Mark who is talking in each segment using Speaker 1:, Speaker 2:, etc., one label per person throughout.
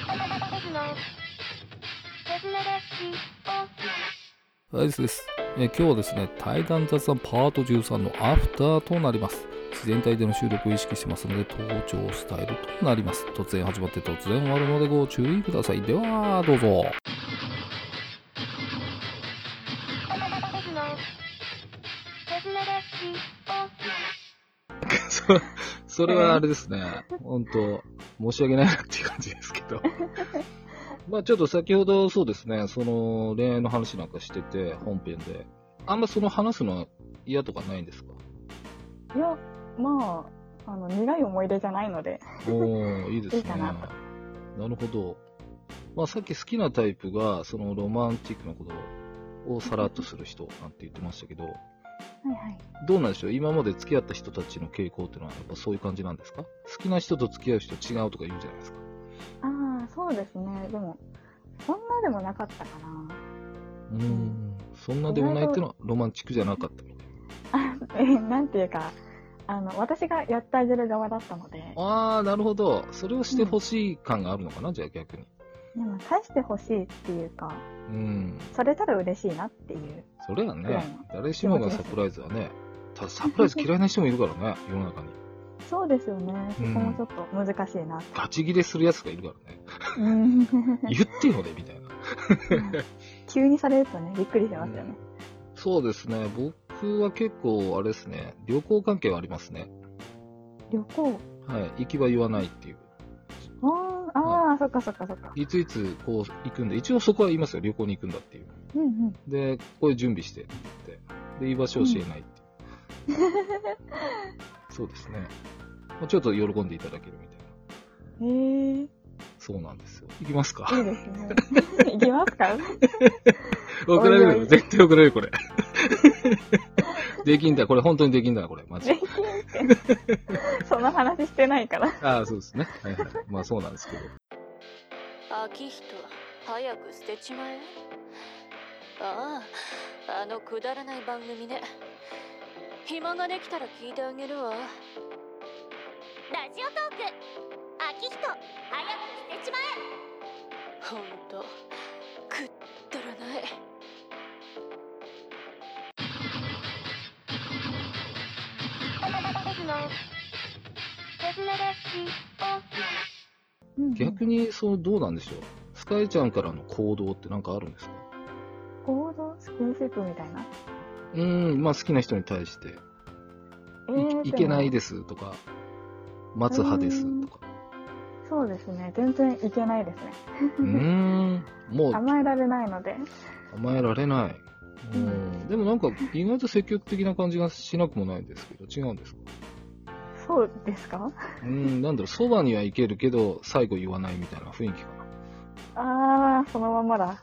Speaker 1: スの手品ラジ
Speaker 2: 大スです、えー今日はですね対談雑談パート13のアフターとなります自然体での収録を意識してますので登場スタイルとなります突然始まって突然終わるのでご注意くださいではどうぞ
Speaker 1: オオスの手品ラジ
Speaker 2: そそれはあれですね、本当、申し訳ないなっていう感じですけ ど、まあちょっと先ほどそうですね、その恋愛の話なんかしてて、本編で、あんまその話すのは嫌とかないんですか
Speaker 3: いや、まあ、あの、苦い思い出じゃないので。
Speaker 2: おおいいですね。
Speaker 3: いいかなと
Speaker 2: なるほど。まあさっき好きなタイプが、そのロマンチックなことをさらっとする人なんて言ってましたけど、
Speaker 3: はいはい。
Speaker 2: どうなんでしょう今まで付き合った人たちの傾向っていうのはやっぱそういう感じなんですか好きな人と付き合う人違うとか言うじゃないですか。
Speaker 3: ああ、そうですね。でも、そんなでもなかったかな。
Speaker 2: う ーんそんなでもないってのはロマンチックじゃなかったみたい
Speaker 3: え、なんていうか、あの、私がやってあげる側だったので、
Speaker 2: な。ああー、なるほど。それをしてほしい感があるのかな、じゃあ逆に。
Speaker 3: でも、返してほしいっていうか、
Speaker 2: うん。
Speaker 3: それたら嬉しいなっていう。
Speaker 2: それはね、
Speaker 3: うん
Speaker 2: 誰しもがサプライズはね、たサプライズ嫌いな人もいるからね、世の中に。
Speaker 3: そうですよね。そこもちょっと難しいな。
Speaker 2: ガチ切れするやつがいるから ね。
Speaker 3: うん。
Speaker 2: 言ってよね、みたいな。
Speaker 3: 急にされるとね、びっくりしますよ
Speaker 2: う
Speaker 3: ね
Speaker 2: ん。そうですね、僕は結構、あれですね、旅行関係はありますね。
Speaker 3: 旅行。
Speaker 2: はい。行きは言わないっていう。
Speaker 3: ああ、ああ、そっかそっかそっか。
Speaker 2: いついつこう行くんで、一応そこは言いますよ、旅行に行くんだっていう。
Speaker 3: うんうん。
Speaker 2: で、ここで準備してって言って、で、居場所を教えないって いう。そうですね。まあちょっと喜んでいただけるみたいな。
Speaker 3: ええ
Speaker 2: そうなんですよ。行きますか
Speaker 3: いいですね。 いきますか
Speaker 2: 送られ
Speaker 3: おいお
Speaker 2: る。
Speaker 3: い
Speaker 2: 絶対送られる、これ。 できんだ、これ本当にできんだ、これ。マジ
Speaker 3: 税。金って、 その話してないから。
Speaker 2: ああ、そうですね。はいはい。まあそうなんですけど。
Speaker 4: 秋人早く捨てちまえあああのくだらない番組ね暇ができたら聞いてあげるわ
Speaker 1: オトーク秋人早く捨てちまえ
Speaker 4: ほんとくったらない
Speaker 1: オオスの手品ラジ
Speaker 2: 逆に、その、どうなんでしょう。スカイちゃんからの行動ってなんかあるんですか
Speaker 3: 合同スキンシップみたいな。
Speaker 2: うーん、まあ好きな人に対して、
Speaker 3: え
Speaker 2: いいけない
Speaker 3: で
Speaker 2: ですとか、待つ派ですとか。
Speaker 3: も。そうですね。全然いけないですね。
Speaker 2: うーん、もう
Speaker 3: 甘えられないので。
Speaker 2: 甘えられない。う
Speaker 3: うん
Speaker 2: ん、でもなんか意外と積極的な感じがしなくもないんですけど、違うんですか
Speaker 3: そうですか
Speaker 2: うん、なんだろう、そばには行けるけど、最後言わないみたいな雰囲気か
Speaker 3: あー、そのまんまだ。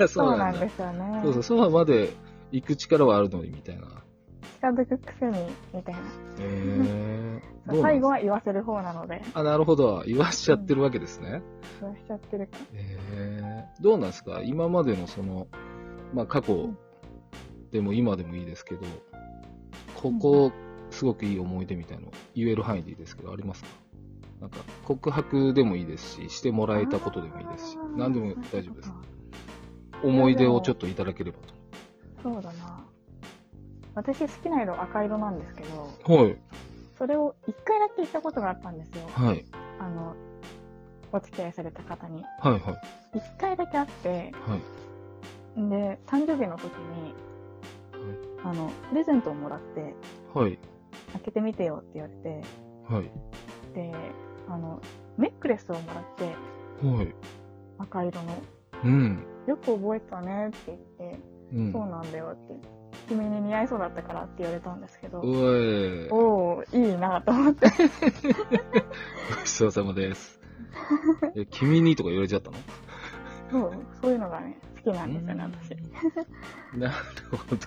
Speaker 2: な。。
Speaker 3: そうなんですすよね。
Speaker 2: そうそう、そばまで行く力はあるのにみたいな。
Speaker 3: 近づくくせに、みたいな。
Speaker 2: へえどうなん
Speaker 3: 最
Speaker 2: です
Speaker 3: 後
Speaker 2: か
Speaker 3: は言わせる方なので、
Speaker 2: あ、なるほど。言わしちゃってるわけですね。
Speaker 3: 言わしちゃってるか。
Speaker 2: へえどうなんですか今までのその、まあ過去でも今でもいいですけど、ここ、すごくいい思い出みたいなの言える範囲でいいですけど、ありますかなんか、告白でもいいですし、してもらえたことでもいいですし
Speaker 3: あ、ー
Speaker 2: 何でも大丈夫です
Speaker 3: そ。うか
Speaker 2: 思い出をちょっといただければ
Speaker 3: そうだな。私好きな色赤色なんですけど、
Speaker 2: と。はい。
Speaker 3: それを一回だけ言ったことがあったんですよ。
Speaker 2: はい。
Speaker 3: あの、お付き合いされた方に。
Speaker 2: はい、はい、
Speaker 3: 一回だけ会って、
Speaker 2: はい。
Speaker 3: んで、誕生日の時に、あの、プレゼントをもらって、
Speaker 2: はい、
Speaker 3: 開けてみてよって言われて、
Speaker 2: はい、
Speaker 3: で、あの、ネックレスをもらって、
Speaker 2: はい。
Speaker 3: 赤色の。
Speaker 2: うん。
Speaker 3: よく覚えてたねって言って、
Speaker 2: うん。
Speaker 3: そうなんだよって。君に似合いそうだったからって言われたんですけど、
Speaker 2: うえい。ご
Speaker 3: おおいいなと思って。
Speaker 2: ちそうさまです。え、君にとか言われちゃったの
Speaker 3: そう、そういうのがね、好きなんですよね、私。
Speaker 2: うんなるほど。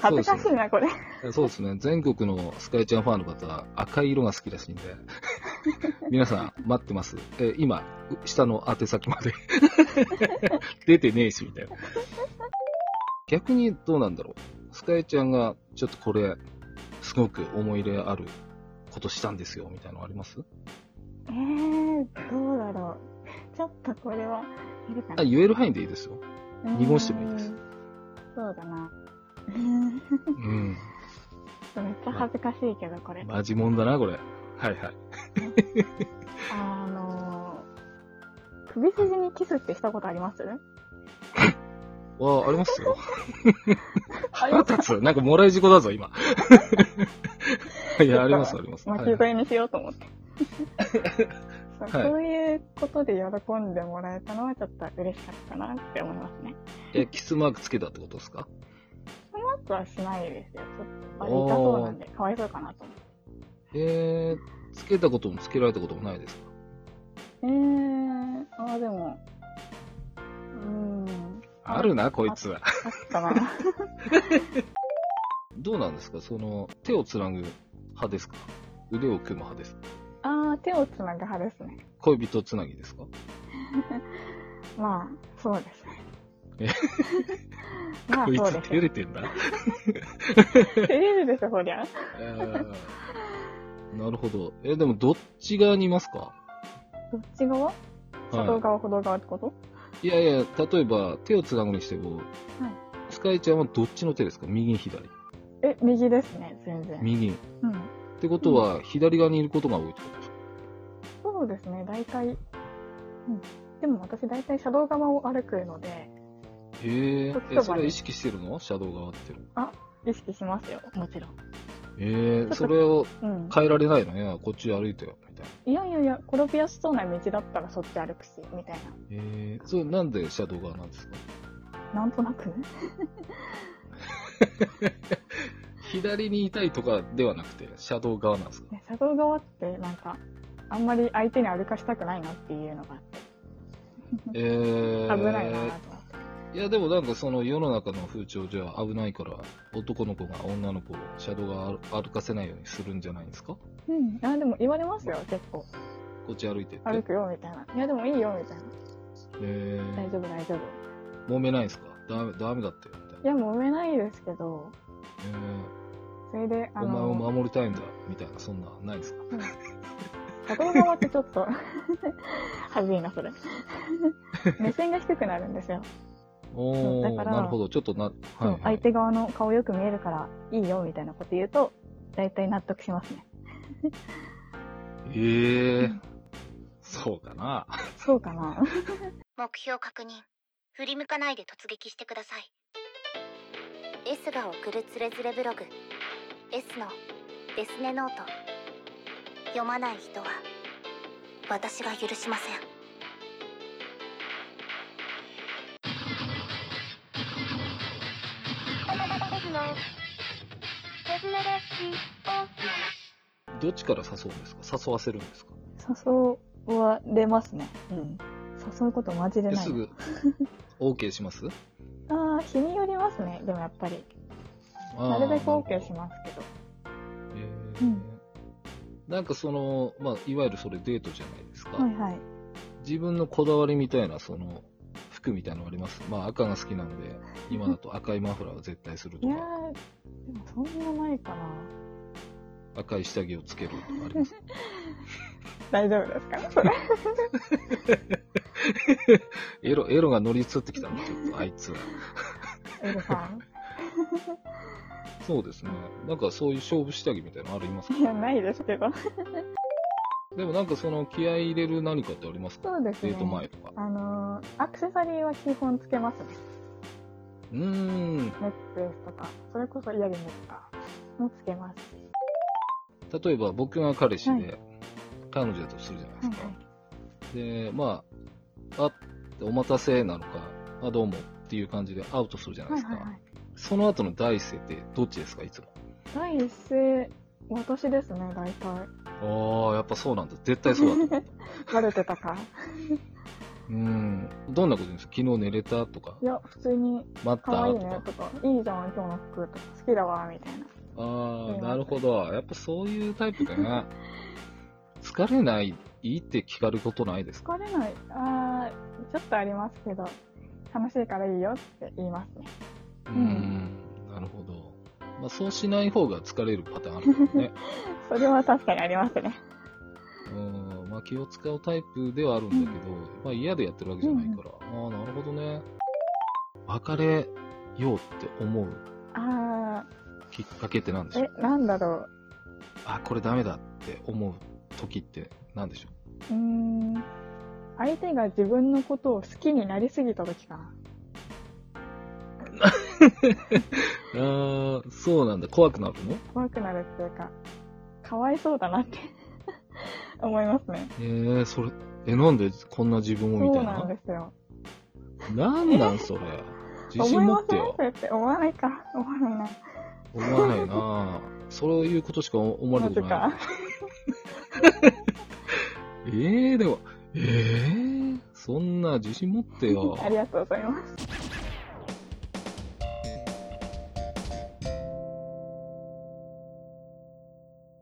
Speaker 3: 恥ずかしいな、これ。
Speaker 2: そうですね。全国のスカイちゃんファンの方、赤い色が好きらしいんで。皆さん、待ってます。えー今、う下の宛先まで。出てねえし、みたいな。逆にどうなんだろう。スカイちゃんが、ちょっとこれ、すごく思い入れあることしたんですよ、みたいなのあります
Speaker 3: えー、どうだろう。ちょっとこれは、無理かな
Speaker 2: あ、言える範囲でいいですよ。二言してもいいです
Speaker 3: うん。そうだ な。うん
Speaker 2: うん。
Speaker 3: めっちゃ恥ずかしいけど、これ。
Speaker 2: マジもんだな、これ。はいはい。
Speaker 3: あのー、首筋にキスってしたことあります
Speaker 2: わあ、ありますよ。
Speaker 3: あ
Speaker 2: 腹立つ。なんかもらい事故だぞ、 今。いや、あります、あります。は
Speaker 3: 巻
Speaker 2: い
Speaker 3: き
Speaker 2: はい
Speaker 3: 添えにしようと 思って。そう
Speaker 2: はい
Speaker 3: そういうことで喜んでもらえたのはちょっと嬉しかったなって思いますね。
Speaker 2: え、キスマークつけたってことですか
Speaker 3: マックはしないですよ。ちょっとあれ痛そうなんで、かわいそうかなと思って。
Speaker 2: えー、つけたこともつけられたこともないですか
Speaker 3: えー、あーでも、うーん、
Speaker 2: あるな、こいつは。
Speaker 3: あったな。
Speaker 2: どうなんですかその、手をつなぐ派ですか腕を組む派ですか
Speaker 3: あー手をつなぐ派ですね。
Speaker 2: 恋人つなぎですか
Speaker 3: まあ、そうですね。まあ、
Speaker 2: こい
Speaker 3: そう
Speaker 2: つ
Speaker 3: です
Speaker 2: 照
Speaker 3: よ。
Speaker 2: れて んだ。
Speaker 3: 照れるでしょ、そりゃ。
Speaker 2: えーなるほど。え、でもどっち側にいますか
Speaker 3: どっち側車道
Speaker 2: は
Speaker 3: 側、歩道側ってこと
Speaker 2: い。いやいや、例えば手をつなぐにしても、スカイちゃんはどっちの手ですか右、左。
Speaker 3: え、右ですね、全然。
Speaker 2: 右。っ
Speaker 3: うん。
Speaker 2: てことは、左側にいることが多いってことですか
Speaker 3: そうですね、大体。うん。でも私、大体車道側を歩くので、
Speaker 2: へえ
Speaker 3: こっちと
Speaker 2: え、
Speaker 3: か
Speaker 2: それは意識してるの車道側っていうの。
Speaker 3: 意識しますよ、もちろん。
Speaker 2: ええ、
Speaker 3: っと
Speaker 2: それを
Speaker 3: うん。
Speaker 2: 変えられないのいや、こっち歩いてよ、みたいな。
Speaker 3: いやいやいや、転びやすそうな道だったらそっち歩くし、みたい
Speaker 2: ええ、それなんで車道側なんですか
Speaker 3: な。なんとなくね。
Speaker 2: 左にいたいとかではなくて、車道側なんですか
Speaker 3: ね車道側って、なんか、あんまり相手に歩かしたくないなっていうのがあって、
Speaker 2: ええ。
Speaker 3: 危ないなと思って。
Speaker 2: いや、でもなんかその世の中の風潮では危ないから、男の子が女の子を車道が歩かせないようにするんじゃないですか
Speaker 3: うん。あ、でも言われますよ、結構。
Speaker 2: こっち歩いてって。
Speaker 3: 歩くよ、みたいな。いや、でもいいよ、みたいな。
Speaker 2: え
Speaker 3: 大
Speaker 2: ー、
Speaker 3: 丈夫、大丈夫。
Speaker 2: 揉めないですかダメ、ダメだって。みたい
Speaker 3: い
Speaker 2: な。
Speaker 3: や、揉めないですけど、
Speaker 2: え
Speaker 3: それで、
Speaker 2: ー、
Speaker 3: あ
Speaker 2: お前を
Speaker 3: の、
Speaker 2: 守りたいんだ、みたいな、そんな、ないですか
Speaker 3: 車道側ってちょっと、 はずいな、それ。 目線が低くなるんですよ。
Speaker 2: お
Speaker 3: そう
Speaker 2: ー、
Speaker 3: だから
Speaker 2: なるほど。ちょっとな、
Speaker 3: そう
Speaker 2: はい、は
Speaker 3: 相
Speaker 2: い。
Speaker 3: 手側の顔よく見えるから、いいよ、みたいなこと言うと、大体納得しますね。
Speaker 2: えー、そうかな。
Speaker 3: そうかな。
Speaker 1: 目標確認振り向かないで突撃してください S が送るつれづれブログ S のデスネノート読まない人は私が許しません
Speaker 2: どっちから誘うんですか誘わせるんですか
Speaker 3: 誘われますね。うん。誘うことマジで
Speaker 2: え
Speaker 3: ない
Speaker 2: す。 ぐ、OK します
Speaker 3: ああ、日によりますね。でもやっぱり。なるべく OK しますけど。
Speaker 2: えー
Speaker 3: うん
Speaker 2: なんかその、まあ、いわゆるそれデートじゃないですか、
Speaker 3: はいはい。
Speaker 2: 自分のこだわりみたいなその服みたいなのありますまあ赤が好きなんで今だと赤いマフラーを絶対する
Speaker 3: い
Speaker 2: と
Speaker 3: や
Speaker 2: か
Speaker 3: ー、でもそんなないかな。
Speaker 2: 赤い下着をつけるとかあります
Speaker 3: 大丈夫ですかそれ。
Speaker 2: エロエロが乗り移ってきたのちょっとあいつは
Speaker 3: エルさ ん。
Speaker 2: そうですねなんかそういう勝負下着みたいなのありますか
Speaker 3: いや、ないですけど。
Speaker 2: でもなんかその気合い入れる何かってありますか
Speaker 3: そうですね
Speaker 2: デート前とか
Speaker 3: あのー、アクセサリーは基本つけますね。
Speaker 2: うーん
Speaker 3: ネックレスとか、それこそイヤリングとかもつけますし。
Speaker 2: 例えば僕が彼氏で、
Speaker 3: は
Speaker 2: 彼女だとするじゃないですか、
Speaker 3: はい
Speaker 2: で、まあ、あお待たせなのか、あ、どうもっていう感じでアウトするじゃない
Speaker 3: は
Speaker 2: で
Speaker 3: い
Speaker 2: すか。
Speaker 3: はいはい。
Speaker 2: その後の第一声ってどっちですか、いつも。
Speaker 3: 第一声、私ですね、大体。
Speaker 2: ああ、やっぱそうなんだ。絶対そうだ った。
Speaker 3: バレてた か。
Speaker 2: うん。どんなこと言うんですか昨日寝れたとか
Speaker 3: い、や、普通に
Speaker 2: 待った
Speaker 3: 可愛い
Speaker 2: と
Speaker 3: ね
Speaker 2: か。
Speaker 3: とか、いいじゃん、今日の服とか、好きだわ、みたいな。
Speaker 2: あ
Speaker 3: う
Speaker 2: あ、
Speaker 3: ん
Speaker 2: なるほど。やっぱそういうタイプかな。 疲れない、いいって聞かれることないですか
Speaker 3: 疲れない、あー、ちょっとありますけど、楽しいからいいよって言いますね。
Speaker 2: うんん。なるほど。まあ、そうし ない方が疲れるパターンあるからね。
Speaker 3: それは確かにありますね。
Speaker 2: うん。ままあ、気を使うタイプではあるんだけど、まあ、嫌でやってるわけじゃないから、ああ、なるほどね。別れようって思う
Speaker 3: あ
Speaker 2: きっかけって何でし
Speaker 3: ー
Speaker 2: ょう
Speaker 3: えなんだろ
Speaker 2: あ、これダメだって思う時って何でしょ
Speaker 3: ううーん相手が自分のことを好きになりすぎた時かな
Speaker 2: うああ、そうなんだ。怖くなるの
Speaker 3: 怖くなるっていうかかわいそうだなって 思いますね
Speaker 2: えー、それ、え、なんでこんな自分をみ
Speaker 3: そ
Speaker 2: た
Speaker 3: う
Speaker 2: い
Speaker 3: なん
Speaker 2: な。
Speaker 3: ですよ
Speaker 2: なんなんそれ。自信
Speaker 3: 思い
Speaker 2: 持
Speaker 3: ま
Speaker 2: っ
Speaker 3: せ
Speaker 2: て
Speaker 3: ん
Speaker 2: よ
Speaker 3: そ。れって思わないか思わないな
Speaker 2: 思わないなそういうことしか思われた
Speaker 3: マジ
Speaker 2: ことない
Speaker 3: か。。
Speaker 2: ええー、でも、ええー、そんな自信持ってよ
Speaker 3: ありがとうございます